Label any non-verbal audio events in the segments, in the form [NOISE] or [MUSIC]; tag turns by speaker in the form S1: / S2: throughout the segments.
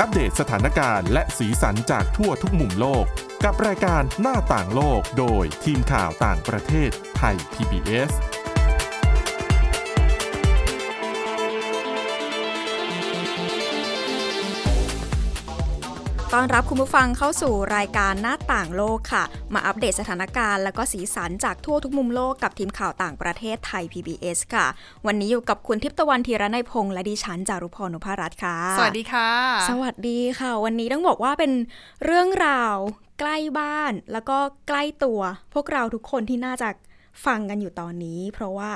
S1: อัปเดตสถานการณ์และสีสันจากทั่วทุกมุมโลก กับรายการหน้าต่างโลกโดยทีมข่าวต่างประเทศไทย PBS
S2: ต้อนรับคุณผู้ฟังเข้าสู่รายการหน้าต่างโลกค่ะ มาอัปเดตสถานการณ์และก็สีสันจากทั่วทุกมุมโลกกับทีมข่าวต่างประเทศไทย PBS ค่ะ วันนี้อยู่กับคุณทิพย์ตะวันธีระในยพงษ์และดิฉันจารุพรนุภารัตน์ค่ะ
S3: สวัสดีค่ะ
S2: สวัสดีค่ะ วันนี้ต้องบอกว่าเป็นเรื่องราวใกล้บ้าน แล้วก็ใกล้ตัว พวกเราทุกคนที่น่าจะฟังกันอยู่ตอนนี้ เพราะว่า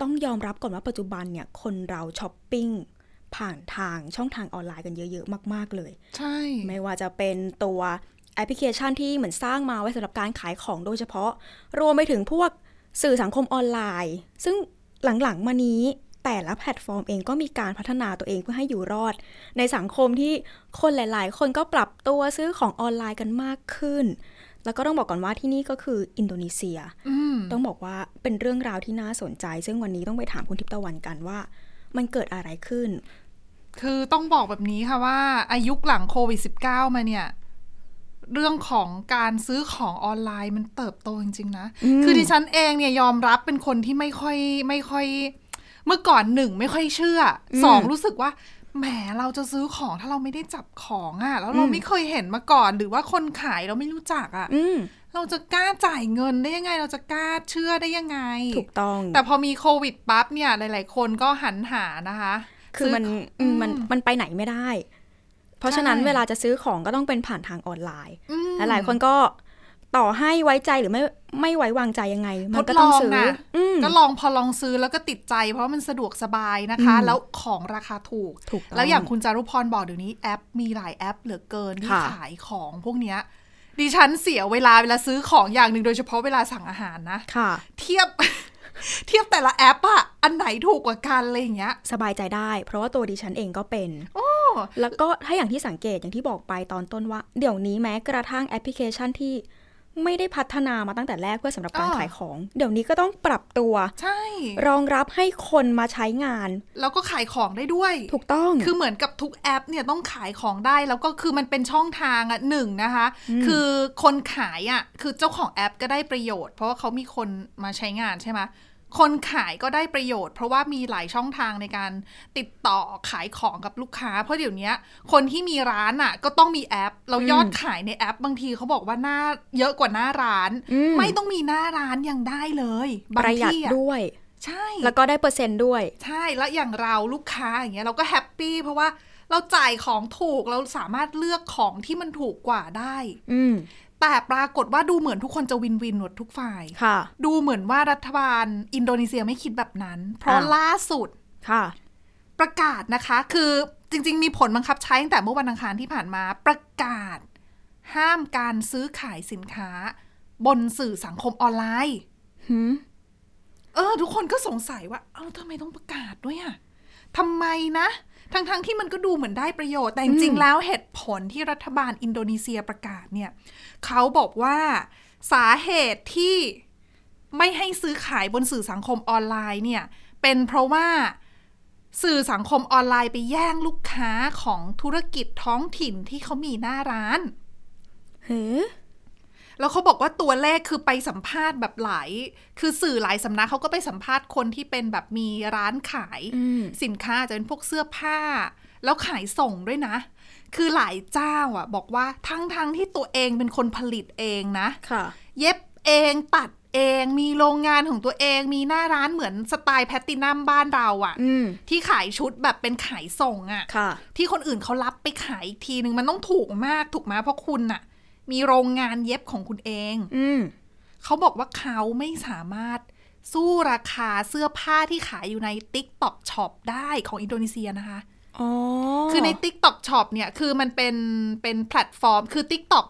S2: ต้องยอมรับก่อนว่าปัจจุบันเนี่ยคนเราช้อปปิ้งผ่านทางช่องทางออนไลน์กันเยอะๆมาก ๆเลย
S3: ใช่
S2: ไม่ว่าจะเป็นตัวแอปพลิเคชันที่เหมือนสร้างมาไว้สำหรับการขายของโดยเฉพาะ รวมไปถึงพวกสื่อสังคมออนไลน์ ซึ่งหลังๆมานี้แต่ละแพลตฟอร์มเองก็มีการพัฒนาตัวเองเพื่อให้อยู่รอด ในสังคมที่คนหลาย ๆ คนก็ปรับตัวซื้อของออนไลน์กันมากขึ้น แล้วก็ต้องบอกก่อนว่าที่นี่ก็คืออินโดนีเซีย
S3: อืม
S2: ต้องบอกว่าเป็นเรื่องราวที่น่าสนใจ ซึ่งวันนี้ต้องไปถามคุณทิพย์ตะวันกันว่า มันเกิดอะไรขึ้น
S3: คือต้องบอกแบบนี้ค่ะว่า อายุหลังโควิด -19 มาเนี่ย เรื่องของการซื้อของออนไลน์มันเติบโตจริง ๆ นะ
S2: อืม
S3: คือดิฉันเองเนี่ยยอมรับเป็นคนที่ไม่ค่อยไม่ค่อย เมื่อก่อนหนึ่งไม่ค่อยเชื่ออสองรู้สึกว่า แหมเราจะซื้อของถ้าเราไม่ได้จับของอะ่ะ แล้วเราไม่เคยเห็นมาก่อน หรือว่าคนขายเราไม่รู้จักอ่ะ
S2: อืม
S3: เราจะกล้าจ่ายเงินได้ยังไง เราจะกล้าเชื่อได้ยังไง
S2: ถูกต้อง
S3: แต่พอมีโควิดปั๊บเนี่ย หลาย ๆ คนก็หันหานะคะ
S2: คือมันอืมมันมันไปไหนไม่ได้ เพราะฉะนั้น
S3: ใช่
S2: เวลาจะซื้อของก็ต้องเป็นผ่านทางออนไลน์
S3: อืม
S2: หลายๆคนก็ต่อให้ไว้ใจหรือไม่ไม่ไว้วางใจยังไง มันก็ต้องซื้อ
S3: ทดลองน่ะ
S2: อืม
S3: ก็ลองพอลองซื้อแล้วก็ติดใจ เพราะมันสะดวกสบายนะคะ
S2: อืม
S3: แล้วของราคาถูก
S2: ถูกต้อง
S3: แล้วอย่างคุณจารุพรบอกเดี๋ยวนี้แอปมีหลายแอปเหลือเกินที่
S2: ค่ะ
S3: ขายของพวกเนี้ยดิฉันเสียเวลาเวลาซื้อของอย่างหนึ่งโดยเฉพาะเวลาสั่งอาหารนะ
S2: ค่ะ
S3: เทียบ [LAUGHS] เทียบแต่ละแอปอะอันไหนถูกกว่ากันอะไรอย่างเงี้ย
S2: สบายใจได้ เพราะว่าตัวดิฉันเองก็เป็นแล้วก็ถ้าอย่างที่สังเกตอย่างที่บอกไปตอนต้นว่า เดี๋ยวนี้แม้กระทั่งแอปพลิเคชันที่ไม่ได้พัฒนามาตั้งแต่แรกเพื่อสำหรับการ
S3: อ่า
S2: ขายของ เดี๋ยวนี้ก็ต้องปรับตัว
S3: ใช่
S2: รองรับให้คนมาใช้งาน
S3: แล้วก็ขายของได้ด้วย
S2: ถูกต้อง
S3: คือเหมือนกับทุกแอปเนี่ยต้องขายของได้แล้วก็คือมันเป็นช่องทางอ่ะหนึ่งนะคะ คือคนขายอ่ะคือเจ้าของแอปก็ได้ประโยชน์ เพราะว่าเขามีคนมาใช้งานใช่ไหมคนขายก็ได้ประโยชน์ เพราะว่ามีหลายช่องทางในการติดต่อขายของกับลูกค้า เพราะเดี๋ยวเนี้ย คนที่มีร้านอ่ะก็ต้องมีแอป เรา
S2: อืม
S3: ยอดขายในแอป บางทีเขาบอกว่าหน้าเยอะกว่าหน้าร้าน
S2: อืม
S3: ไม่ต้องมีหน้าร้านยังได้เลย
S2: ป
S3: บาง
S2: ระหยัด
S3: ที่อ่ะ
S2: ด้วย
S3: ใช่
S2: แล้วก็ได้เปอร์เซ็นต์ด้วย
S3: ใช่ แล้วอย่างเราลูกค้าอย่างเงี้ยเราก็แฮปปี้เพราะว่าเราจ่ายของถูกเราสามารถเลือกของที่มันถูกกว่าได้
S2: อืม
S3: แต่ปรากฏว่าดูเหมือนทุกคนจะวินวินหมดทุกฝ่าย
S2: ค่ะ
S3: ดูเหมือนว่ารัฐบาลอินโดนีเซียไม่คิดแบบนั้น เพราะ
S2: อ้าว
S3: ล่าสุด
S2: ค่ะ
S3: ประกาศนะคะ คือจริง ๆ มีผลบังคับใช้ตั้งแต่เมื่อวันอังคารที่ผ่านมาประกาศ ห้ามการซื้อขายสินค้า บนสื่อสังคมออนไลน์
S2: หืม
S3: เออ ทุกคนก็สงสัยว่า เอ้าทำไมต้องประกาศด้วยอะทำไมนะ ทั้งๆทที่มันก็ดูเหมือนได้ประโยชน์ แต่จริง
S2: อืม
S3: ๆแล้วเหตุผลที่รัฐบาลอินโดนีเซียประกาศเนี่ย เขาบอกว่าสาเหตุที่ไม่ให้ซื้อขายบนสื่อสังคมออนไลน์เนี่ย เป็นเพราะว่าสื่อสังคมออนไลน์ไปแย่งลูกค้าของธุรกิจท้องถิ่นที่เขามีหน้าร้าน
S2: เฮ้
S3: แล้วเขาบอกว่าตัวเลขคือไปสัมภาษณ์แบบหลาย คือสื่อหลายสำนักเขาก็ไปสัมภาษณ์คนที่เป็นแบบมีร้านขาย
S2: อืม
S3: สินค้าอาจจะเป็นพวกเสื้อผ้า แล้วขายส่งด้วยนะ คือหลายเจ้าอ่ะ บอกว่าทั้งๆทที่ตัวเองเป็นคนผลิตเองนะ
S2: ค่ะ
S3: เย็บเองตัดเองมีโรงงานของตัวเองมีหน้าร้านเหมือนสไตล์แพลตตินัมบ้านเราอ่ะ
S2: อืม
S3: ที่ขายชุดแบบเป็นขายส่งอ่ะ
S2: ค่ะ
S3: ที่คนอื่นเขารับไปขายอีกทีนึงมันต้องถูกมากถูกไหมเพราะคุณน่ะ มีโรงงานเย็บของคุณเอง
S2: อืม
S3: เขาบอกว่าเขาไม่สามารถสู้ราคาเสื้อผ้าที่ขายอยู่ใน t i k t o k Shop ได้ของอินโดนีเซียนะคะ
S2: อ๋อ
S3: คือใน t i k t o k Shop เนี่ยคือมันเป็นเป็นแพลตฟอร์ม คือ t i k t o k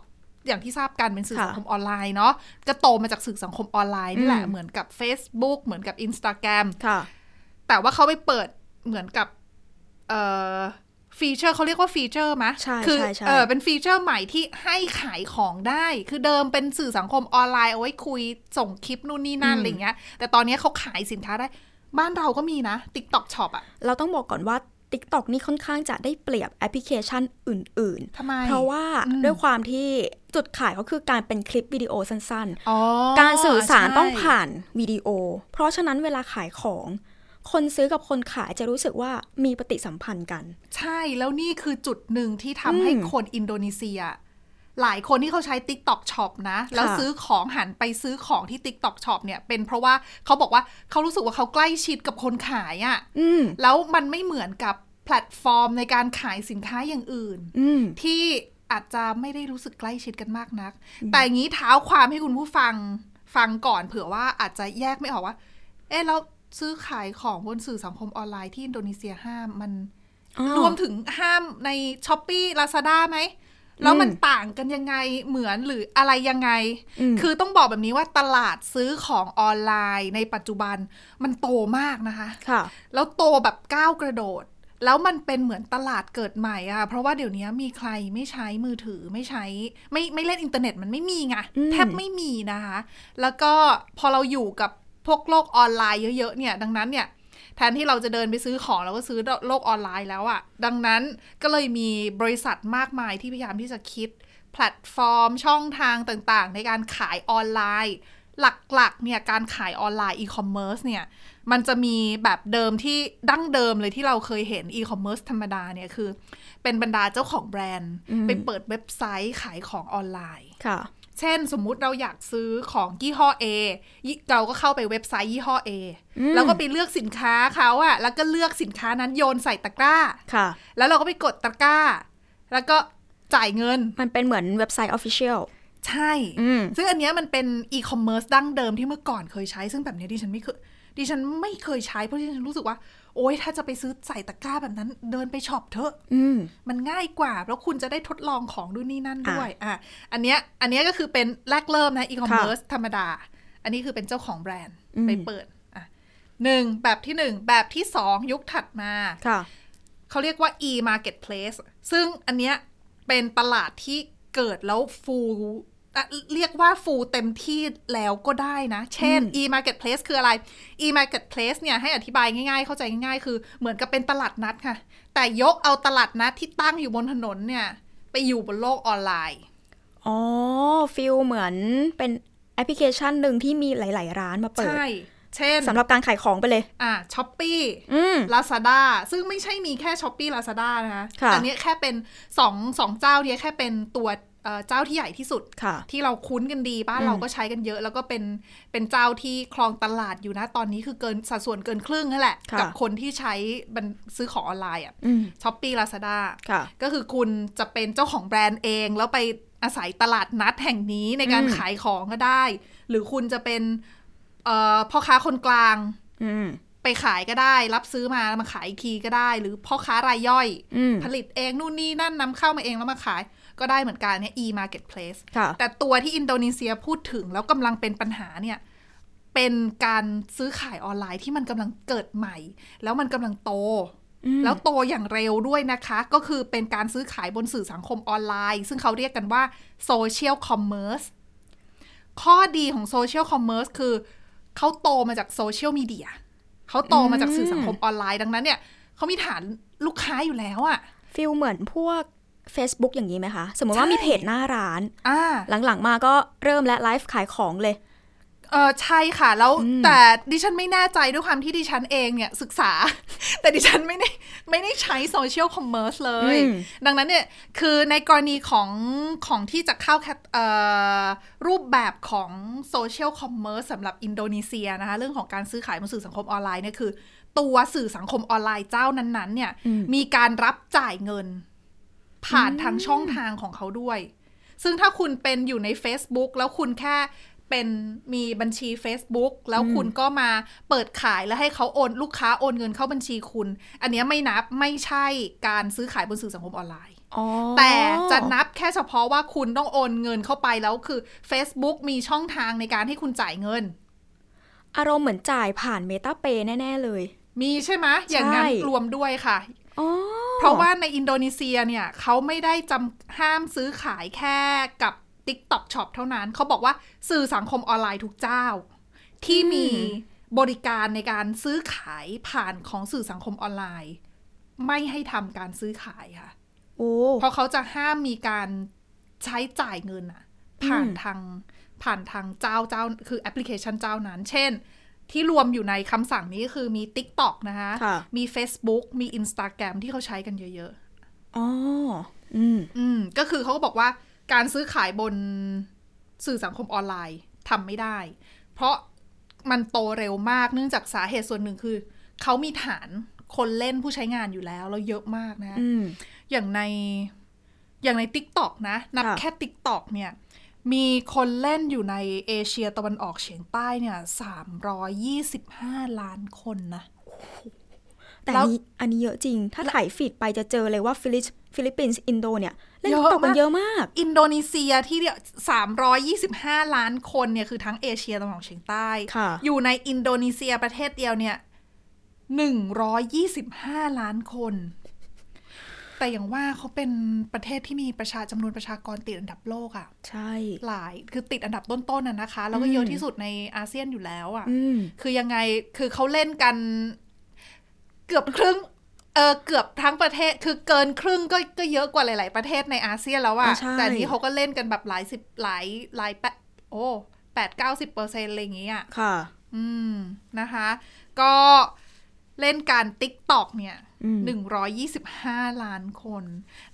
S3: อย่างที่ทราบกันเป็นสื่อ
S2: ค่ะ
S3: สังคมออนไลน์เนาะก็โตมาจากสื่อสังคมออนไลน์นี่แหละ
S2: อืม
S3: เหมือนกับ Facebook เหมือนกับ Instagram
S2: ค่ะ
S3: แต่ว่าเขาไปเปิดเหมือนกับเอ่อฟีเจอร์เขาเรียกว่าฟีเจอร์มะ
S2: ใช่
S3: คื
S2: ใช่ใช่
S3: เออเป็นฟีเจอร์ใหม่ที่ให้ขายของได้ คือเดิมเป็นสื่อสังคมออนไลน์เอาไว้คุยส่งคลิปนู่นนี่นั่นอะไรอย่างเงี้ย แต่ตอนนี้เขาขายสินค้าได้ บ้านเราก็มีนะ TikTok Shop อะ
S2: เราต้องบอกก่อนว่า TikTok นี่ค่อนข้างจะได้เปรียบแอปพลิเคชันอื่น
S3: ทำไม
S2: ๆ เพราะว่า
S3: อืม
S2: ด้วยความที่จุดขายก็คือการเป็นคลิปวิดีโอสั้น ๆ
S3: อ๋อ
S2: การสื่อสารต้อง
S3: ใช่
S2: ผ่านวิดีโอ เพราะฉะนั้นเวลาขายของ คนซื้อกับคนขายจะรู้สึกว่ามีปฏิสัมพันธ์กัน
S3: ใช่แล้วนี่คือจุดหนึ่งที่ทำให้
S2: อืม
S3: คนอินโดนีเซีย หลายคนที่เขาใช้ TikTok Shop นะ แล้วซื้อของหันไปซื้อของที่ TikTok Shop เนี่ยเป็นเพราะว่าเขาบอกว่าเขารู้สึกว่าเขาใกล้ชิดกับคนขายอะ่ะ
S2: อืม
S3: แล้วมันไม่เหมือนกับแพลตฟอร์มในการขายสินค้าอย่างอื่น
S2: อืม
S3: ที่อาจจะไม่ได้รู้สึกใกล้ชิดกันมากนัก แต่อย่างนี้เท้าความให้คุณผู้ฟังฟังก่อนเผื่อว่าอาจจะแยกไม่ออกว่า เอ๊ะแล้วซื้อขายของบนสื่อสังคมออนไลน์ที่อินโดนีเซียห้ามมัน รวมถึงห้ามในช้อปปี้ลาซาด้าไหม แล้วมันต่างกันยังไงเหมือนหรืออะไรยังไง
S2: อืม
S3: คือต้องบอกแบบนี้ว่าตลาดซื้อของออนไลน์ในปัจจุบันมันโตมากนะคะ
S2: ค่ะ
S3: แล้วโตแบบก้าวกระโดด แล้วมันเป็นเหมือนตลาดเกิดใหม่อะเพราะว่าเดี๋ยวนี้มีใครไม่ใช้มือถือไม่ใช้ ไม่ไม่เล่นอินเทอร์เน็ตมันไม่มีไง
S2: อืม
S3: แทบไม่มีนะคะ แล้วก็พอเราอยู่กับพวกโลกออนไลน์เยอะๆเนี่ย ดังนั้นเนี่ย แทนที่เราจะเดินไปซื้อของเราก็ซื้อโลกออนไลน์แล้วอะดังนั้นก็เลยมีบริษัทมากมายที่พยายามที่จะคิด แพลตฟอร์ม ช่องทางต่างๆ ในการขายออนไลน์ หลักๆเนี่ยการขายออนไลน์อีคอมเมิร์ซเนี่ย มันจะมีแบบเดิมที่ดั้งเดิมเลยที่เราเคยเห็นอีคอมเมิร์ซธรรมดาเนี่ยคือ เป็นบรรดาเจ้าของแบรนด์
S2: อืม
S3: ไปเปิดเว็บไซต์ขายของออนไลน์
S2: ค่ะ
S3: เช่นสมมุติเราอยากซื้อของยี่ห้อ A ยี่เราก็เข้าไปเว็บไซต์ยี่ห้อ A
S2: อืม
S3: แล้วก็ไปเลือกสินค้าเขาอะแล้วก็เลือกสินค้านั้นโยนใส่ตะกร้า
S2: ค่ะ
S3: แล้วเราก็ไปกดตะกร้า แล้วก็จ่ายเงิน
S2: มันเป็นเหมือนเว็บไซต์ Official
S3: ใช่
S2: อืม
S3: ซึ่งอันเนี้ยมันเป็นอีคอมเมิร์ซดั้งเดิมที่เมื่อก่อนเคยใช้ ซึ่งแบบเนี้ยดิฉันไม่เคยดิฉันไม่เคยใช้เพราะดิฉันรู้สึกว่า โอ๊ยถ้าจะไปซื้อใส่ตะกร้าแบบนั้น เดินไปช็อปเถอะ
S2: อืม
S3: มันง่ายกว่า เพราะคุณจะได้ทดลองของดูนนี่นั่นด้วยอ่ะอันเนี้ยอันเนี้ยก็คือเป็นแรกเริ่มนะอีคอมเมิร์ซธรรมดา อันนี้คือเป็นเจ้าของแบรนด์
S2: อืม
S3: ไปเปิดอ่ะหนึ่งแบบที่หนึ่งแบบที่สองยุคถัดมา
S2: ค่ะ
S3: เขาเรียกว่า e marketplace ซึ่งอันเนี้ยเป็นตลาดที่เกิดแล้วฟูลอ่ะเรียกว่าฟูลเต็มที่แล้วก็ได้นะ เช่น e marketplace คืออะไร e marketplace เนี่ยให้อธิบายง่ายๆ เข้าใจง่ายๆ คือเหมือนกับเป็นตลาดนัดค่ะ แต่ยกเอาตลาดนัดที่ตั้งอยู่บนถนนเนี่ย ไปอยู่บนโลกออนไลน์
S2: อ๋อฟิลเหมือนเป็นแอปพลิเคชันหนึ่งที่มีหลาย ๆ ร้านมาเปิด
S3: ใช่ เช่น
S2: สำหรับการขายของไปเลย
S3: อ่าช้อปปี้
S2: อืม
S3: ลาซาด้าซึ่งไม่ใช่มีแค่ช้อปปี้ลาซาด้านะคะ
S2: ค่ะ
S3: อันเนี้ยแค่เป็นสองสองเจ้าเนี่ยแค่เป็นตัวเอ่อเจ้าที่ใหญ่ที่สุด
S2: ค่ะ
S3: ที่เราคุ้นกันดีบ้าน
S2: อืม
S3: เราก็ใช้กันเยอะ แล้วก็เป็นเป็นเจ้าที่คลองตลาดอยู่นะ ตอนนี้คือเกินสัดส่วนเกินครึ่งนั่นแหละ
S2: ค่ะ
S3: กัคนที่ใช้บันซื้อของออนไลน์อ่ะ
S2: อืม
S3: ช้อปปี้ลาซาด้า
S2: ค่ะ
S3: ก็คือคุณจะเป็นเจ้าของแบรนด์เอง แล้วไปอาศัยตลาดนัดแห่งนี้ในการ
S2: อืม
S3: ขายของก็ได้ หรือคุณจะเป็นเอ่อพ่อค้าคนกลาง
S2: อืม
S3: ไปขายก็ได้ รับซื้อมาแล้วมาขายอีกทีก็ได้ หรือพ่อค้ารายย่อย
S2: อืม
S3: ผลิตเองนู่นนี่นั่นนำเข้ามาเองแล้วมาขาย ก็ได้เหมือนกันเนี่ย e marketplace
S2: ค่ะ
S3: แต่ตัวที่อินโดนีเซียพูดถึงแล้วกำลังเป็นปัญหาเนี่ย เป็นการซื้อขายออนไลน์ที่มันกำลังเกิดใหม่ แล้วมันกำลังโต
S2: อืม
S3: แล้วโตอย่างเร็วด้วยนะคะ ก็คือเป็นการซื้อขายบนสื่อสังคมออนไลน์ ซึ่งเขาเรียกกันว่าโซเชียลคอมเมอร์สข้อดีของโซเชียลคอมเมอร์สคือเขาโตมาจากโซเชียลมีเดียเขาโตมาจากสื่อสังคมออนไลน์ดังนั้นเนี่ยเขามีฐานลูกค้าอยู่แล้วอะ
S2: ฟิลเหมือนพวก Facebook อย่างนี้ไหมคะ สมมติว่า
S3: ใช่
S2: มีเพจหน้าร้าน
S3: อ่า
S2: หลังๆมาก็เริ่มและไลฟ์ขายของเลย
S3: เออใช่ค่ะ แล้ว
S2: อืม
S3: แต่ดิฉันไม่แน่ใจด้วยความที่ดิฉันเองเนี่ยศึกษา [LAUGHS] แต่ดิฉันไม่ได้ไม่ได้ใช้โซเชียลคอมเมอร์สเลย
S2: อืม
S3: ดังนั้นเนี่ยคือในกรณีของของที่จะเข้าแคตเอ่อรูปแบบของโซเชียลคอมเมอร์สสำหรับอินโดนีเซียนะคะ เรื่องของการซื้อขายบนสื่อสังคมออนไลน์เนี่ยคือ ตัวสื่อสังคมออนไลน์เจ้านั้นๆเนี่ย
S2: อืม
S3: มีการรับจ่ายเงิน ผ่านทางช่องทางของเขาด้วย ซึ่งถ้าคุณเป็นอยู่ใน Facebook แล้วคุณแค่เป็นมีบัญชี Facebook แล้วคุณก็มาเปิดขายแล้วให้เขาโอนลูกค้าโอนเงินเข้าบัญชีคุณ อันเนี้ยไม่นับไม่ใช่การซื้อขายบนสื่อสังคมออนไลน์
S2: อ๋อ
S3: แต่จะนับแค่เฉพาะว่าคุณต้องโอนเงินเข้าไปแล้วคือ Facebook มีช่องทางในการให้คุณจ่ายเงิน
S2: อารมณ์เหมือนจ่ายผ่านเมตาเปย์แน่ ๆ เลย
S3: มีใช่ไหมอย่างนั้น
S2: ใช่
S3: รวมด้วยค่ะ
S2: อ๋อ
S3: เพราะว่าในอินโดนีเซียเนี่ยเขาไม่ได้จำห้ามซื้อขายแค่กับ TikTok Shop เท่านั้น เขาบอกว่าสื่อสังคมออนไลน์ทุกเจ้า ที่มี
S2: อืม
S3: บริการในการซื้อขายผ่านของสื่อสังคมออนไลน์ ไม่ให้ทำการซื้อขายค่ะ
S2: โอ้
S3: เพราะเขาจะห้ามมีการใช้จ่ายเงินอะผ่านทางผ่านทางเจ้าเจ้าคือแอปพลิเคชันเจ้านั้น เช่น ที่รวมอยู่ในคำสั่งนี้ก็คือมี TikTok นะคะ
S2: ค่ะ
S3: มี Facebook มี Instagram ที่เขาใช้กันเยอะ
S2: อ๋ออืม
S3: ๆอืมก็คือเขาก็บอกว่าการซื้อขายบนสื่อสังคมออนไลน์ทำไม่ได้ เพราะมันโตเร็วมากเนื่องจากสาเหตุส่วนหนึ่งคือ เขามีฐานคนเล่นผู้ใช้งานอยู่แล้วแล้วเยอะมากนะคะ
S2: อืม
S3: อย่างในอย่างใน t ิ k t o k นะ นับ
S2: ค่ะ
S3: แค่ t ิ k t o k เนี่ย มีคนเล่นอยู่ในเอเชียตะวันออกเฉียงใต้เนี่ย325 ล้านคนนะ
S2: แต่
S3: แล้ว
S2: อันนี้อันนี้เยอะจริง ถ้าถ่ายฟีดไปจะเจอเลยว่าฟิลิปฟิลิปปินส์อินโดเนี่ย เล่น
S3: เยอะ
S2: ตกกัน
S3: มาก
S2: เยอะมาก
S3: อินโดนีเซียที่เรียก325 ล้านคนเนี่ย คือทั้งเอเชียตะวันออกเฉียงใต้
S2: ค่ะ
S3: อยู่ในอินโดนีเซียประเทศเดียวเนี่ย 125 ล้านคน แต่อย่างว่าเขาเป็นประเทศที่มีประชาจำนวนประชากรติดอันดับโลกอ่ะ
S2: ใช่
S3: หลายคือติดอันดับต้นๆน่ะนะคะ แล้วก็
S2: อืม
S3: เยอะที่สุดในอาเซียนอยู่แล้วอะ่ะ
S2: อืม
S3: คือยังไงคือเขาเล่นกัน เกือบครึ่งเออเกือบทั้งประเทศคือเกินครึ่งก็ก็เยอะกว่าหลายๆประเทศในอาเซียนแล้ว
S2: อ่า
S3: อะ่ะ
S2: ใช่
S3: แต่อันนี้เขาก็เล่นกันแบบหลายสิบหลายหลายแปดโอ้แปดเก้าสิบเปอร์เซ็นต์อะไรอย่างเงี้ยอ่ะ
S2: ค่ะ
S3: อืมนะคะ ก็เล่นการติ๊กตอกเนี่ย
S2: อืม
S3: หนึ่งร้อยยี่สิบห้าล้านคน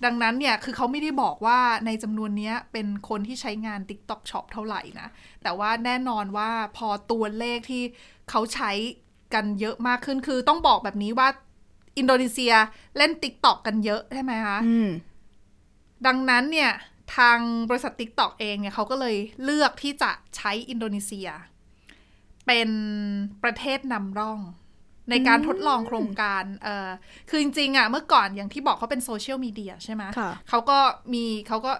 S3: ดังนั้นเนี่ยคือเขาไม่ได้บอกว่าในจำนวนเนี้ยเป็นคนที่ใช้งาน TikTok Shop เท่าไหร่นะ แต่ว่าแน่นอนว่าพอตัวเลขที่เขาใช้กันเยอะมากขึ้นคือต้องบอกแบบนี้ว่าอินโดนีเซียเล่น TikTok กันเยอะใช่ไหมคะ
S2: อืม
S3: ดังนั้นเนี่ย ทางบริษัท TikTok เองเนี่ยเขาก็เลยเลือกที่จะใช้อินโดนีเซีย เป็นประเทศนำร่อง ในการทดลองโครงการเอ่อคือจริงๆอะเมื่อก่อนอย่างที่บอกเขาเป็นโซเชียลมีเดียใช่ไหม
S2: ค่ะ
S3: เขาก็มีเขาก็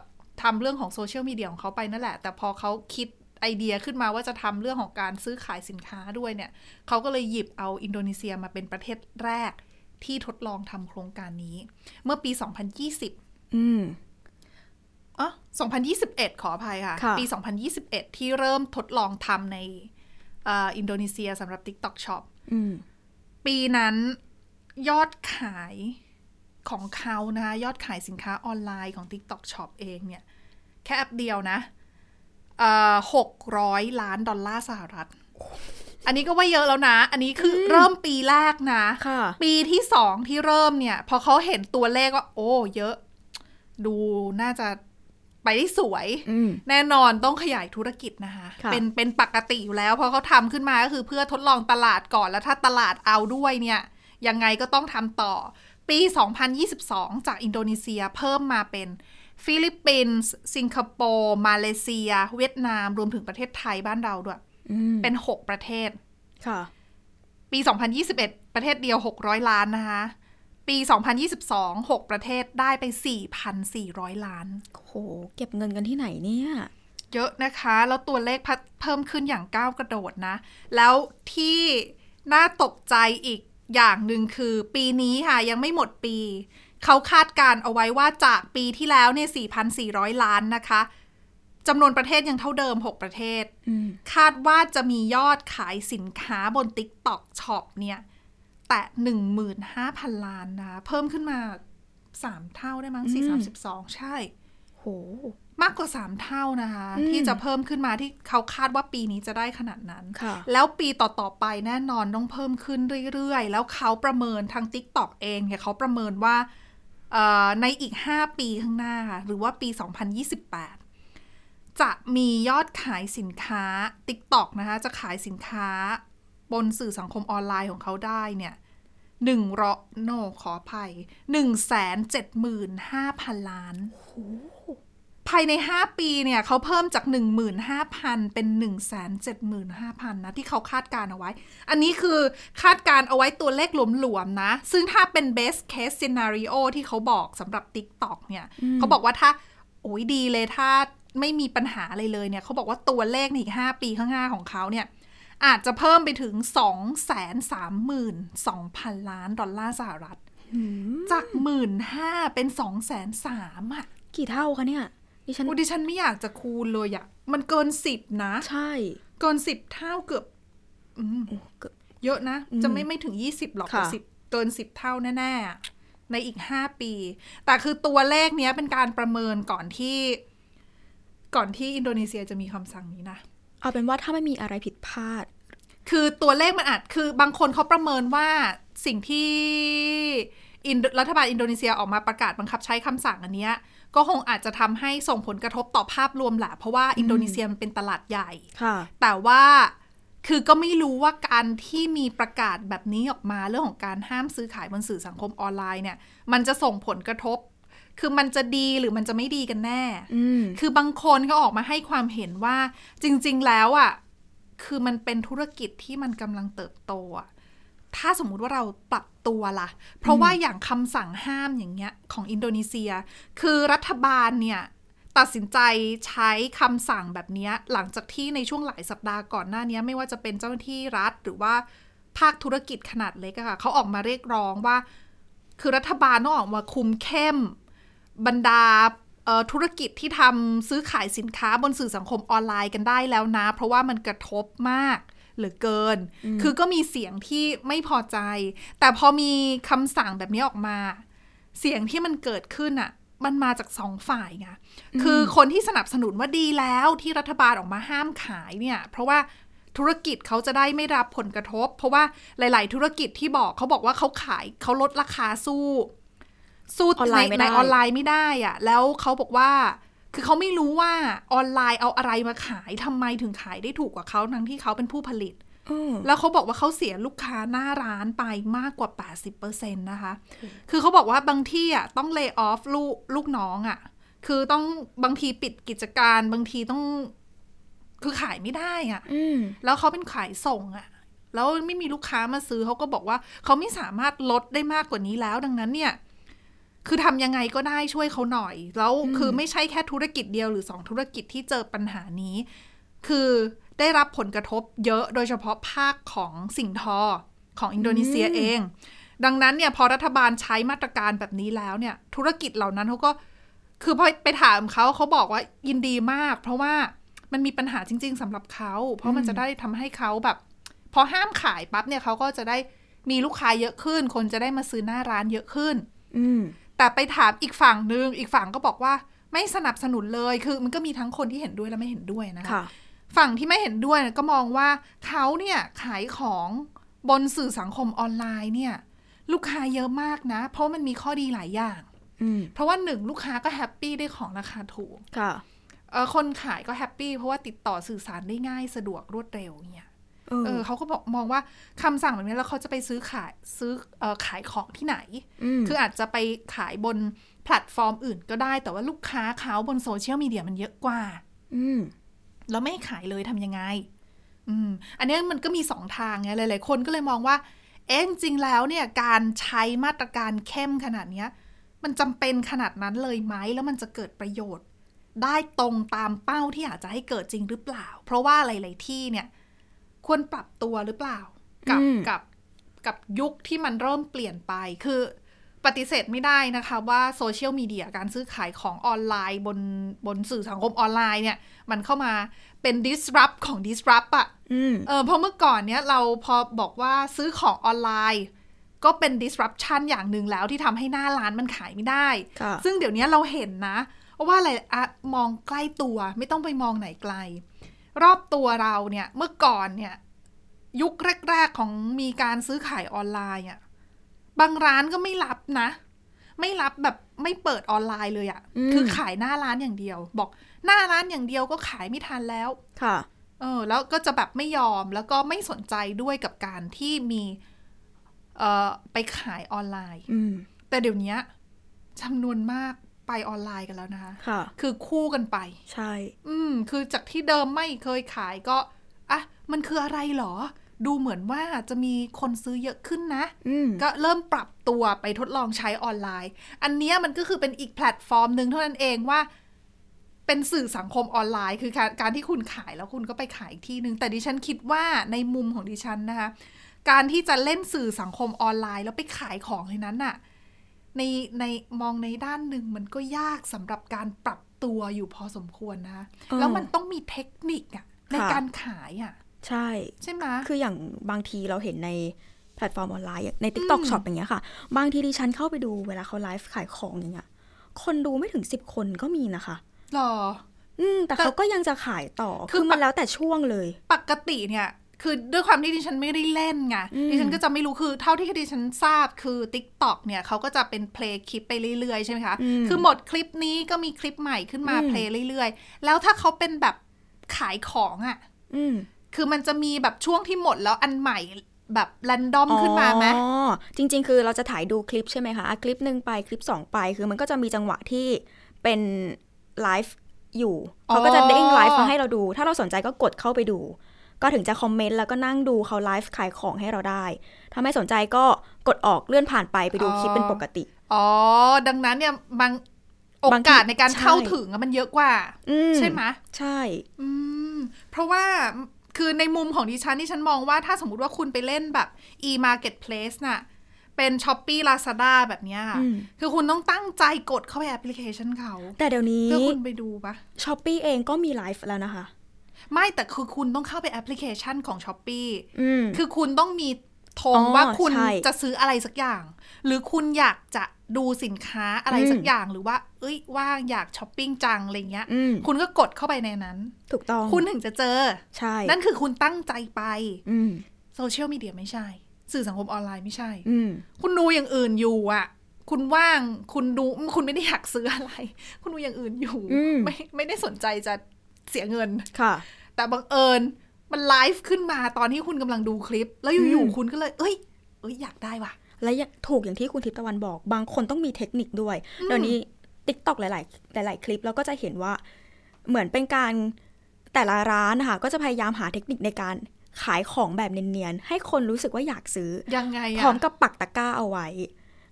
S3: ทำเรื่องของโซเชียลมีเดียของเขาไปนั่นแหละ แต่พอเขาคิดไอเดียขึ้นมาว่าจะทำเรื่องของการซื้อขายสินค้าด้วยเนี่ยเขาก็เลยหยิบเอาอินโดนีเซียมาเป็นประเทศแรกที่ทดลองทำโครงการนี้ เมื่อปี 2020
S2: อืม
S3: อ๋อ2021 ขออภัยค่ะ
S2: ค่ะ
S3: ปี 2021 ที่เริ่มทดลองทำในเอ่ออินโดนีเซียสำหรับ TikTok Shop
S2: อืม
S3: ปีนั้นยอดขายของเขานะคะยอดขายสินค้าออนไลน์ของ TikTok Shop เองเนี่ย แค่แอปเดียวนะเอ่อ600 ล้านดอลลาร์สหรัฐ อันนี้ก็ว่าเยอะแล้วนะ อันนี้คืออเริ่มปีแรกนะ
S2: ค่ะ
S3: ปีที่สองที่เริ่มเนี่ย พอเขาเห็นตัวเลขว่า โอ้ เยอะ ดูน่าจะไปได้สวย
S2: อืม
S3: แน่นอนต้องขยายธุรกิจนะคะ
S2: ค่ะ
S3: เป็นเป็นปกติอยู่แล้ว เพราะเขาทำขึ้นมาก็คือเพื่อทดลองตลาดก่อนแล้วถ้าตลาดเอาด้วยเนี่ย ยังไงก็ต้องทำต่อ ปี 2022 จากอินโดนีเซียเพิ่มมาเป็นฟิลิปปินส์สิงคโปร์มาเลเซีย เวียดนาม รวมถึงประเทศไทยบ้านเราด้วย
S2: อืม
S3: เป็น 6 ประเทศ
S2: ค่ะ
S3: ปี 2021 ประเทศเดียว 600 ล้านนะคะ ปี 2022 6 ประเทศได้ไป 4,400 ล้าน
S2: โอ้โห เก็บเงินกันที่ไหนเนี่ย
S3: เยอะนะคะ แล้วตัวเลขพัดเพิ่มขึ้นอย่างก้าวกระโดดนะ แล้วที่น่าตกใจอีกอย่างหนึ่งคือปีนี้ค่ะ ยังไม่หมดปี เขาคาดการณ์เอาไว้ว่าจากปีที่แล้วเนี่ย 4,400 ล้านนะคะจำนวนประเทศยังเท่าเดิม 6 ประเทศ
S2: อืม
S3: คาดว่าจะมียอดขายสินค้าบน TikTok Shop เนี่ย แต่ 15,000 ล้านนะ เพิ่มขึ้นมา 3 เท่าได้มั้ง
S2: อืม
S3: 4 3 2 ใช่
S2: โห
S3: มากกว่า 3 เท่านะคะ
S2: อืม
S3: ที่จะเพิ่มขึ้นมาที่เขาคาดว่าปีนี้จะได้ขนาดนั้น
S2: ค่ะ
S3: แล้วปีต่อ ๆ ไปแน่นอนต้องเพิ่มขึ้นเรื่อย ๆ แล้วเขาประเมินทาง TikTok เองเนี่ยเขาประเมินว่าเอ่อในอีก 5 ปีข้างหน้าค่ะหรือว่าปี 2028 จะมียอดขายสินค้า TikTok นะคะจะขายสินค้าบนสื่อสังคมออนไลน์ของเขาได้เนี่ยหนึ่งร้อยโนขออภัยหนึ่งแสนเจ็ดหมื่นห้าพันล้าน ภายใน 5 ปีเนี่ยเขาเพิ่มจาก 15,000 เป็น 175,000 นะ ที่เขาคาดการณ์เอาไว้ อันนี้คือคาดการณ์เอาไว้ตัวเลขหลวมๆนะ ซึ่งถ้าเป็น best case scenario ที่เขาบอกสำหรับ TikTok เนี่ยเขาบอกว่าถ้า โอ้ยดีเลยถ้าไม่มีปัญหาอะไรเลยเนี่ยเขาบอกว่าตัวเลขในอีก 5 ปีข้างหน้าของเขาเนี่ย อาจจะเพิ่มไปถึง 232,000 ล้านดอลลาร์สหรัฐ จากหมื่นห้าเป็นสองแสนสามอะ
S2: กี่เท่าคะเนี่ย ดิฉัน
S3: โอ้ดิฉันไม่อยากจะคูณเลยอะมันเกินสิบนะ
S2: ใช่
S3: เกินสิบเท่าเกือบอืม
S2: โอ้เกือบ
S3: เยอะนะ จะไม่ไม่ถึงยี่สิบหรอก
S2: ค่ะ
S3: สิบเกินสิบเท่าแน่ๆอะ ในอีก 5 ปี แต่คือตัวเลขเนี้ยเป็นการประเมินก่อนที่ ก่อนที่อินโดนีเซียจะมีคำสั่งนี้นะ
S2: เอาเป็นว่าถ้าไม่มีอะไรผิดพลาด
S3: คือตัวเลขมันอาจคือบางคนเขาประเมินว่าสิ่งที่อินโดรัฐบาลอินโดนีเซียออกมาประกาศบังคับใช้คำสั่งอันเนี้ยก็คงอาจจะทำให้ส่งผลกระทบต่อภาพรวมแหละเพราะว่าอินโดนีเซียมันเป็นตลาดใหญ่
S2: ค่ะ
S3: แต่ว่าคือก็ไม่รู้ว่าการที่มีประกาศแบบนี้ออกมาเรื่องของการห้ามซื้อขายบนสื่อสังคมออนไลน์เนี่ย มันจะส่งผลกระทบ คือมันจะดีหรือมันจะไม่ดีกันแน่
S2: อืม
S3: คือบางคนเขาออกมาให้ความเห็นว่าจริง ๆ แล้วอ่ะคือมันเป็นธุรกิจที่มันกำลังเติบโตอะถ้าสมมุติว่าเราปรับตัวล่ะ เพราะว่าอย่างคำสั่งห้ามอย่างเงี้ยของอินโดนีเซีย คือรัฐบาลเนี่ย ตัดสินใจใช้คำสั่งแบบเนี้ยหลังจากที่ในช่วงหลายสัปดาห์ก่อนหน้าเนี้ยไม่ว่าจะเป็นเจ้าหน้าที่รัฐหรือว่าภาคธุรกิจขนาดเล็กอะค่ะเขาออกมาเรียกร้องว่า คือรัฐบาลต้องออกมาคุมเข้ม บรรดาเอ่อธุรกิจที่ทำซื้อขายสินค้าบนสื่อสังคมออนไลน์กันได้แล้วนะ เพราะว่ามันกระทบมากเหรือเกิน คือก็มีเสียงที่ไม่พอใจ แต่พอมีคำสั่งแบบนี้ออกมา เสียงที่มันเกิดขึ้นอ่ะ มันมาจากสองฝ่ายไงคือคนที่สนับสนุนว่าดีแล้วที่รัฐบาลออกมาห้ามขายเนี่ย เพราะว่าธุรกิจเขาจะได้ไม่รับผลกระทบ เพราะว่าหลาย ๆ ธุรกิจที่บอกเขาบอกว่าเขาขายเขาลดราคาสู้ สู้
S2: ออนไลน์ไม่
S3: ใน
S2: ได้
S3: ออนไลน์ไม่ได้อะแล้วเขาบอกว่า คือเขาไม่รู้ว่าออนไลน์เอาอะไรมาขายทำไมถึงขายได้ถูกกว่าเขาทั้งที่เขาเป็นผู้ผลิต
S2: อืม
S3: แล้วเขาบอกว่าเขาเสียลูกค้าหน้าร้านไปมากกว่า 80%นะคะ คือเขาบอกว่าบางที่อ่ะต้องเล y off ลูกลูกน้องอ่ะ คือต้องบางทีปิดกิจการบางทีต้อง คือขายไม่ได้อ่ะ
S2: อืม
S3: แล้วเขาเป็นขายส่งอะแล้วไม่มีลูกค้ามาซื้อเขาก็บอกว่า เขาไม่สามารถลดได้มากกว่านี้แล้ว ดังนั้นเนี่ย คือทำยังไงก็ได้ช่วยเขาหน่อย แล้วคือไม่ใช่แค่ธุรกิจเดียวหรือสองธุรกิจที่เจอปัญหานี้ คือได้รับผลกระทบเยอะโดยเฉพาะภาคของสิ่งทอของอินโดนีเซียเอง ดังนั้นเนี่ยพอรัฐบาลใช้มาตรการแบบนี้แล้วเนี่ย ธุรกิจเหล่านั้นเขาก็ คือพอไปถามเขาเขาบอกว่ายินดีมาก เพราะว่ามันมีปัญหาจริง ๆสำหรับเขา เพราะมันจะได้ทำให้เขาแบบ พอห้ามขายปั๊บเนี่ยเขาก็จะได้มีลูกค้าเยอะขึ้น คนจะได้มาซื้อหน้าร้านเยอะขึ้น
S2: อืม
S3: แต่ไปถามอีกฝั่งหนึ่งอีกฝั่งก็บอกว่าไม่สนับสนุนเลยคือมันก็มีทั้งคนที่เห็นด้วยและไม่เห็นด้วยนะคะ
S2: ค่ะ
S3: ฝั่งที่ไม่เห็นด้วยเนี่ยก็มองว่าเขาเนี่ยขายของบนสื่อสังคมออนไลน์เนี่ย ลูกค้าเยอะมากนะ เพราะมันมีข้อดีหลายอย่าง
S2: อืม
S3: เพราะว่าหนึ่งลูกค้าก็แฮปปี้ได้ของราคาถูก
S2: ค่ะ
S3: เอ่อคนขายก็แฮปปี้เพราะว่าติดต่อสื่อสารได้ง่ายสะดวกรวดเร็วเนี่ย
S2: เออ
S3: เออเขาก็บอกมองว่าคำสั่งแบบนี้แล้วเขาจะไปซื้อขายซื้อเออขายของที่ไหน
S2: อืม
S3: คืออาจจะไปขายบนแพลตฟอร์มอื่นก็ได้ แต่ว่าลูกค้าเขาบนโซเชียลมีเดียมันเยอะกว่า
S2: อืม
S3: แล้วไม่ให้ขายเลยทำยังไง อืม อันเนี้ยมันก็มีสองทางไง หลาย ๆ คนก็เลยมองว่า เอ๊ะจริงๆแล้วเนี่ย การใช้มาตรการเข้มขนาดเนี้ย มันจำเป็นขนาดนั้นเลยไหม แล้วมันจะเกิดประโยชน์ ได้ตรงตามเป้าที่อาจจะให้เกิดจริงหรือเปล่า เพราะว่าหลาย ๆ ที่เนี่ย ควรปรับตัวหรือเปล่า กับ
S2: อืม
S3: กับกับยุคที่มันเริ่มเปลี่ยนไป คือปฏิเสธไม่ได้นะคะว่าโซเชียลมีเดียการซื้อขายของออนไลน์บนบนสื่อสังคมออนไลน์เนี่ย มันเข้ามาเป็น disrupt ของ disrupt อะ
S2: อืม
S3: เออเพราะเมื่อก่อนเนี้ยเราพอบอกว่าซื้อของออนไลน์ ก็เป็น disruption อย่างหนึ่งแล้วที่ทำให้หน้าร้านมันขายไม่ได้
S2: ค่ะ
S3: ซึ่งเดี๋ยวนี้เราเห็นนะว่าอะไรอะมองใกล้ตัวไม่ต้องไปมองไหนไกล รอบตัวเราเนี่ยเมื่อก่อนเนี่ย ยุคแรก ๆ ของมีการซื้อขายออนไลน์อะบางร้านก็ไม่รับนะ ไม่รับแบบไม่เปิดออนไลน์เลยอะ
S2: อืม
S3: คือขายหน้าร้านอย่างเดียว บอกหน้าร้านอย่างเดียวก็ขายไม่ทันแล้ว
S2: ค่ะ
S3: เออแล้วก็จะแบบไม่ยอมแล้วก็ไม่สนใจด้วยกับการที่มีเอ่อไปขายออนไลน์
S2: อืม
S3: แต่เดี๋ยวนี้จำนวนมากไปออนไลน์กันแล้วนะคะ
S2: ค่ะ
S3: คือคู่กันไป
S2: ใช่
S3: อืม คือจากที่เดิมไม่เคยขายก็ อ่ะ มันคืออะไรหรอ ดูเหมือนว่าจะมีคนซื้อเยอะขึ้นนะ
S2: อืม
S3: ก็เริ่มปรับตัวไปทดลองใช้ออนไลน์ อันเนี้ยมันก็คือเป็นอีกแพลตฟอร์มหนึ่งเท่านั้นเองว่า เป็นสื่อสังคมออนไลน์ คือการการที่คุณขายแล้วคุณก็ไปขายอีกที่หนึ่งแต่ดิฉันคิดว่าในมุมของดิฉันนะคะ การที่จะเล่นสื่อสังคมออนไลน์ แล้วไปขายของในนั้นน่ะ ในในมองในด้านหนึ่งมันก็ยากสำหรับการปรับตัวอยู่พอสมควรนะคะ
S2: เออ
S3: แล้วมันต้องมีเทคนิคอะใน
S2: ค่ะ
S3: การขายอะ
S2: ใช่
S3: ใช่ไหม
S2: คืออย่างบางทีเราเห็นใน แพลตฟอร์มออนไลน์อย่างใน TikTok Shop อย่างเงี้ยค่ะ บางทีดิฉันเข้าไปดูเวลาเขาไลฟ์ขายของอย่างเงี้ยคนดูไม่ถึงสิบคนก็มีนะคะ
S3: หรอ
S2: อืม แต่
S3: แต่
S2: เขาก็ยังจะขายต่อ
S3: คื
S2: คือ อมันแล้วแต่ช่วงเลย
S3: ปกติเนี่ย คือด้วยความที่ดิฉันไม่ได้เล่นไง
S2: อืม
S3: ดิฉันก็จะไม่รู้คือเท่าที่ดิฉันทราบคือ Tik t o อกเนี่ยเขาก็จะเป็นเพลย์คลิปไปเรื่อยๆ ใช่ไหมคะ
S2: อืม
S3: คือหมดคลิปนี้ก็มีคลิปใหม่ขึ้นมา
S2: อืม
S3: เพลย์เรื่อยๆ แล้วถ้าเขาเป็นแบบขายของอะ่ะ
S2: อืม
S3: คือมันจะมีแบบช่วงที่หมดแล้วอันใหม่แบบแรนดอมขึ้นมาไหม
S2: อ๋อจริง ๆ คือเราจะถ่ายดูคลิปใช่ไหมคะอ่ะคลิปหนึ่งไปคลิปสองไป คือมันก็จะมีจังหวะที่เป็นไลฟ์อยู่
S3: อ๋อ
S2: เขาก็จะเด้งไลฟ์มาให้เราดู ถ้าเราสนใจก็กดเข้าไปดู ก็ถึงจะคอมเมนต์แล้วก็นั่งดูเขาไลฟ์ขายของให้เราได้ ถ้าไม่สนใจก็กดออกเลื่อนผ่านไปไปดูคลิปเป็นปกติ
S3: อ๋อ ดังนั้นเนี่ยบางโอบ
S2: างที
S3: กาสในการ
S2: ใช่
S3: เข้าถึงอะมันเยอะกว่า
S2: อื
S3: ใช่ไหม
S2: ใช่
S3: อืม เพราะว่าคือในมุมของดิฉันที่ฉันมองว่าถ้าสมมติว่าคุณไปเล่นแบบ e marketplace น่ะ เป็น s h o p ปี้ Lazada แบบเนี้ย
S2: อืม
S3: คือคุณต้องตั้งใจกดเข้าไปแอปพลิเคชันเขา
S2: แต่เดี๋ยวนี้
S3: เพื่อคุณไปดูปะ
S2: ช้อปปีเองก็มีไลฟ์แล้วนะคะ
S3: ไม่แต่คือคุณต้องเข้าไปแอปพลิเคชันของ s h o p ปี้
S2: อืม
S3: คือคุณต้องมีธ
S2: อ๋
S3: ง
S2: อ
S3: ว่าคุณ
S2: ใช่
S3: จะซื้ออะไรสักอย่าง หรือคุณอยากจะดูสินค้าอะไรสัก
S2: อืม
S3: อย่างหรือว่า เอ้ยว่างอยากช้อปปิ้งจังอะไรเงี้ย
S2: อืม
S3: คุณก็กดเข้าไปในนั้น
S2: ถูกต้อง
S3: คุณถึงจะเจอ
S2: ใช่
S3: นั่นคือคุณตั้งใจไป
S2: อืม
S3: โซเชียลมีเดียไม่ใช่ สื่อสังคมออนไลน์ไม่ใช่
S2: อืม
S3: คุณดูอย่างอื่นอยู่อ่ะ คุณว่างคุณดูคุณไม่ได้อยากซื้ออะไร [LAUGHS] คุณดูอย่างอื่นอยู่
S2: อืม
S3: ไม่ไม่ได้สนใจจะเสียเงิน
S2: ค่ะ
S3: แต่บังเอิญมันไลฟ์ขึ้นมาตอนที่คุณกำลังดูคลิป แล้วอยู่
S2: อืม
S3: ๆคุณก็เลย เอ้ย เอ้ยอยากได้ว่ะ
S2: และยังถูกอย่างที่คุณทิพย์ตะวันบอก บางคนต้องมีเทคนิคด้วย
S3: อืม
S2: เดี๋ยวนี้ TikTok หลาย ๆ หลาย ๆ คลิปเราก็จะเห็นว่า เหมือนเป็นการแต่ละร้านนะคะก็จะพยายามหาเทคนิคในการขายของแบบเนียน ๆ ให้คนรู้สึกว่าอยากซื้อ
S3: ยังไง
S2: พ
S3: อะ
S2: ร้อมกับปักตะกร้าเอาไว้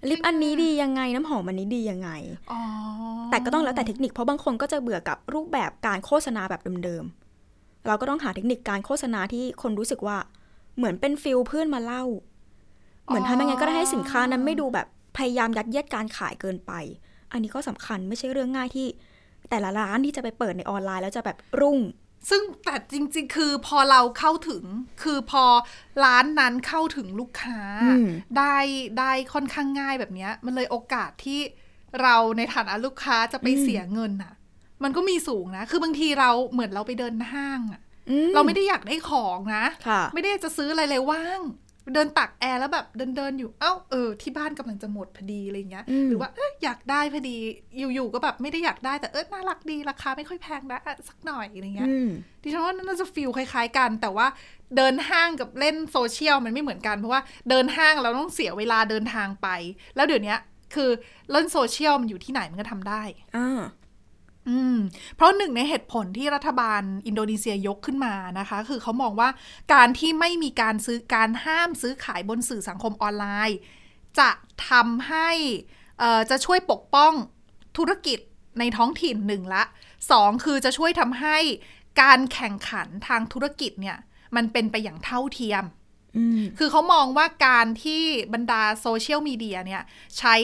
S2: ลิปอันนี้ดียังไงน้ำหอมอันนี้ดียังไง
S3: อ๋อ
S2: แต่ก็ต้องแล้วแต่เทคนิคเพราะบางคนก็จะเบื่อกับรูปแบบการโฆษณาแบบเดิมๆ เราก็ต้องหาเทคนิคการโฆษณาที่คนรู้สึกว่า เหมือนเป็นฟิลเพื่อนมาเล่า เหมือนทำยังไงก็ได้ให้สินค้านั้นไม่ดูแบบพยายามยัดเยียดการขายเกินไป อันนี้ก็สำคัญไม่ใช่เรื่องง่ายที่ แต่ละร้านที่จะไปเปิดในออนไลน์แล้วจะแบบรุ่ง
S3: ซึ่งแต่จริง ๆ คือพอเราเข้าถึง คือพอร้านนั้นเข้าถึงลูกค้า
S2: อืม
S3: ได้ได้ค่อนข้างง่ายแบบเนี้ย มันเลยโอกาสที่เราในฐานะลูกค้าจะไปเสียเงินน่ะ มันก็มีสูงนะ คือบางทีเราเหมือนเราไปเดินห้างอะ
S2: อื
S3: เราไม่ได้อยากได้ของนะ
S2: ค่ะ
S3: ไม่ได้จะซื้ออะไรเลยว่าง เดินตักแอร์แล้วแบบเดินเดินๆอยู่ เอ้าเออที่บ้านกำลังจะหมดพอดีอะไรเงี้ย
S2: อืม
S3: หรือว่าเอยอยากได้พอดีอยู่ๆก็แบบไม่ได้อยากได้แต่เออน่ารักดีราคาไม่ค่อยแพงนะอ่ะสักหน่อยอะไรเงี้ย
S2: อืม
S3: ดิฉันว่าน่าจะฟิลคล้ายๆกัน แต่ว่าเดินห้างกับเล่นโซเชียลมันไม่เหมือนกัน เพราะว่าเดินห้างเราต้องเสียเวลาเดินทางไป แล้วเดี๋ยวเนี้ยคือเล่นโซเชียลมันอยู่ที่ไหนมันก็ทำได้
S2: อ่า
S3: อืมเพราะหนึ่งในเหตุผลที่รัฐบาลอินโดนีเซียยกขึ้นมานะคะ คือเขามองว่าการที่ไม่มีการซื้อการห้ามซื้อขายบนสื่อสังคมออนไลน์ จะทำให้เอ่อจะช่วยปกป้องธุรกิจในท้องถิ่นหนึ่งละสองคือจะช่วยทำให้การแข่งขันทางธุรกิจเนี่ย มันเป็นไปอย่างเท่าเทียม
S2: อืม
S3: คือเขามองว่าการที่บรรดาโซเชียลมีเดียเนี่ยใช้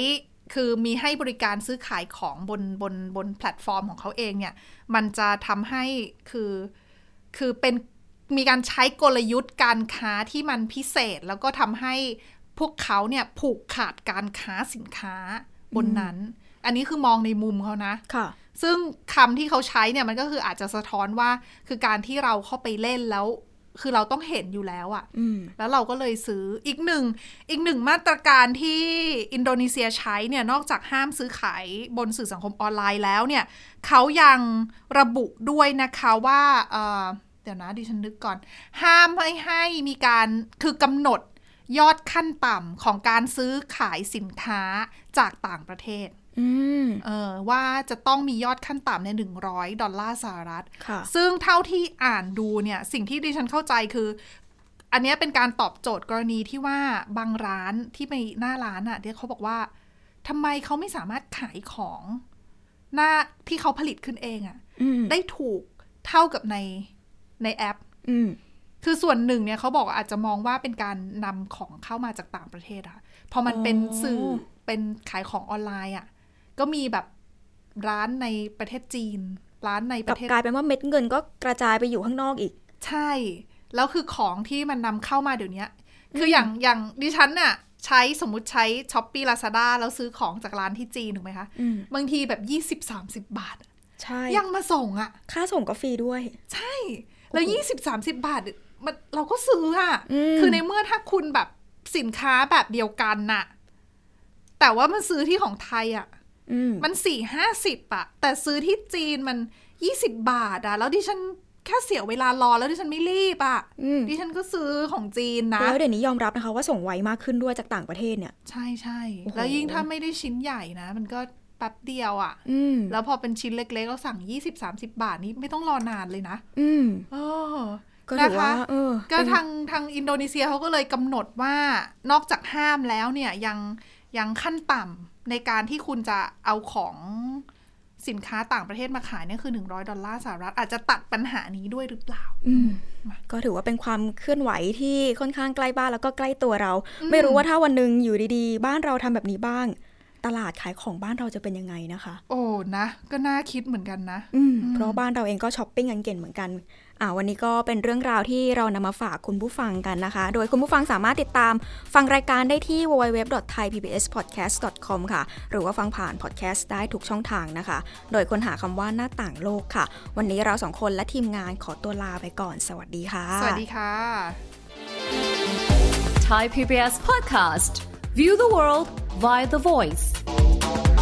S3: คือมีให้บริการซื้อขายของบนบนบนแพลตฟอร์มของเขาเองเนี่ย มันจะทำให้คือคือเป็นมีการใช้กลยุทธ์การค้าที่มันพิเศษ แล้วก็ทำให้พวกเขาเนี่ยผูกขาดการค้าสินค้าบนนั้น อันนี้คือมองในมุมเขานะ
S2: ค่ะ
S3: ซึ่งคำที่เขาใช้เนี่ยมันก็คืออาจจะสะท้อนว่าคือการที่เราเข้าไปเล่นแล้ว คือเราต้องเห็นอยู่แล้วอะ
S2: อืม
S3: แล้วเราก็เลยซื้ออีกหนึ่งอีกหนึ่งมาตรการที่อินโดนีเซียใช้เนี่ยนอกจากห้ามซื้อขายบนสื่อสังคมออนไลน์แล้วเนี่ยเขายังระบุด้วยนะคะว่าเอ่อเดี๋ยวนะดิฉันนึกก่อน ห้ามไม่ให้มีการคือกำหนดยอดขั้นต่ำของการซื้อขายสินค้าจากต่างประเทศ
S2: อืม
S3: เออว่าจะต้องมียอดขั้นต่ำในย100 ดอลลาร์สหรัฐ
S2: ค่ะ
S3: ซึ่งเท่าที่อ่านดูเนี่ยสิ่งที่ดิฉันเข้าใจคือ อันเนี้ยเป็นการตอบโจทย์กรณีที่ว่าบางร้านที่ไปหน้าร้านอะ่ะที่เขาบอกว่าทำไมเขาไม่สามารถขายของหน้าที่เขาผลิตขึ้นเองอะ่ะ
S2: อืม
S3: ได้ถูกเท่ากับในในแอป
S2: อืม
S3: คือส่วนหนึ่งเนี่ยเขาบอกว่าอาจจะมองว่าเป็นการนำของเข้ามาจากต่างประเทศอะค่ะพอมันเป็น
S2: อ๋อ
S3: สื่อเป็นขายของออนไลน์อะก็มีแบบร้านในประเทศจีน ร้านในป
S2: กลั
S3: ระ
S2: บ
S3: เทศ
S2: กลายเป็นว่าเม็ดเงินก็กระจายไปอยู่ข้างนอกอีก
S3: ใช่ แล้วคือของที่มันนำเข้ามาเดี๋ยวนี้ คืออย่างอย่างดิฉันน่ะใช้สมมติใช้ช้อปปี้ลาซาด้าแล้วซื้อของจากร้านที่จีนถูกไหมคะ
S2: อืม
S3: บางทีแบบ 20-30 บาท
S2: ใช่
S3: ยังมาส่งอะ
S2: ค่าส่งก็ฟรีด้วย
S3: ใช่ แล้ว
S2: โอ้โห
S3: ยี่สิบสามสิบบาทมันเราก็ซื้ออ่ะ
S2: อืม
S3: คือในเมื่อถ้าคุณแบบสินค้าแบบเดียวกันน่ะ แต่ว่ามันซื้อที่ของไทยอ่ะ
S2: อืม
S3: มันสี่ห้าสิบอ่ะ แต่ซื้อที่จีนมันยี่สิบบาทอ่ะ แล้วดิฉันแค่เสียเวลารอแล้วดิฉันไม่รีบอ่ะ
S2: อืม
S3: ดิฉันก็ซื้อของจีนนะ
S2: แล้วเดี๋ยวนี้ยอมรับนะคะว่าส่งไวมากขึ้นด้วยจากต่างประเทศเนี่ย
S3: ใช่ใช่
S2: โอ้โห
S3: แล้วยิ่งถ้าไม่ได้ชิ้นใหญ่นะ มันก็แป๊บเดียวอ่ะ
S2: อืม
S3: แล้วพอเป็นชิ้นเล็กๆเราสั่งยี่สิบสามสิบบาทนี่ไม่ต้องรอนานเลยนะ
S2: อืม
S3: เออ
S2: ก็ถือว่า
S3: นะคะ
S2: เออ
S3: ก็
S2: เป็น
S3: ทางทางอินโดนีเซียเขาก็เลยกำหนดว่านอกจากห้ามแล้วเนี่ยยังยังขั้นต่ำในการที่คุณจะเอาของสินค้าต่างประเทศมาขายเนี่ยคือ 100 ดอลลาร์สหรัฐ อาจจะตัดปัญหานี้ด้วยหรือเปล่า
S2: อืมก็ถือว่าเป็นความเคลื่อนไหวที่ค่อนข้างใกล้บ้านแล้วก็ใกล้ตัวเรา ไม่รู้ว่าถ้าวันหนึ่งอยู่ดีๆ บ้านเราทำแบบนี้บ้าง ตลาดขายของบ้านเราจะเป็นยังไงนะคะ
S3: โอ้นะ ก็น่าคิดเหมือนกันนะ
S2: อืม
S3: อืม
S2: เพราะบ้านเราเองก็ช้อปปิ้งกันเก่งเหมือนกัน อ่าวันนี้ก็เป็นเรื่องราวที่เรานำมาฝากคุณผู้ฟังกันนะคะ โดยคุณผู้ฟังสามารถติดตามฟังรายการได้ที่ www.thaipbspodcast.com ค่ะ หรือว่าฟังผ่านพอดแคสต์ได้ทุกช่องทางนะคะ โดยค้นหาคำว่าหน้าต่างโลกค่ะ วันนี้เราสองคนและทีมงานขอตัวลาไปก่อน สวัสดีค่ะ
S3: สวัสดีค่ะ
S4: Thai PBS podcast. View the world via the voice.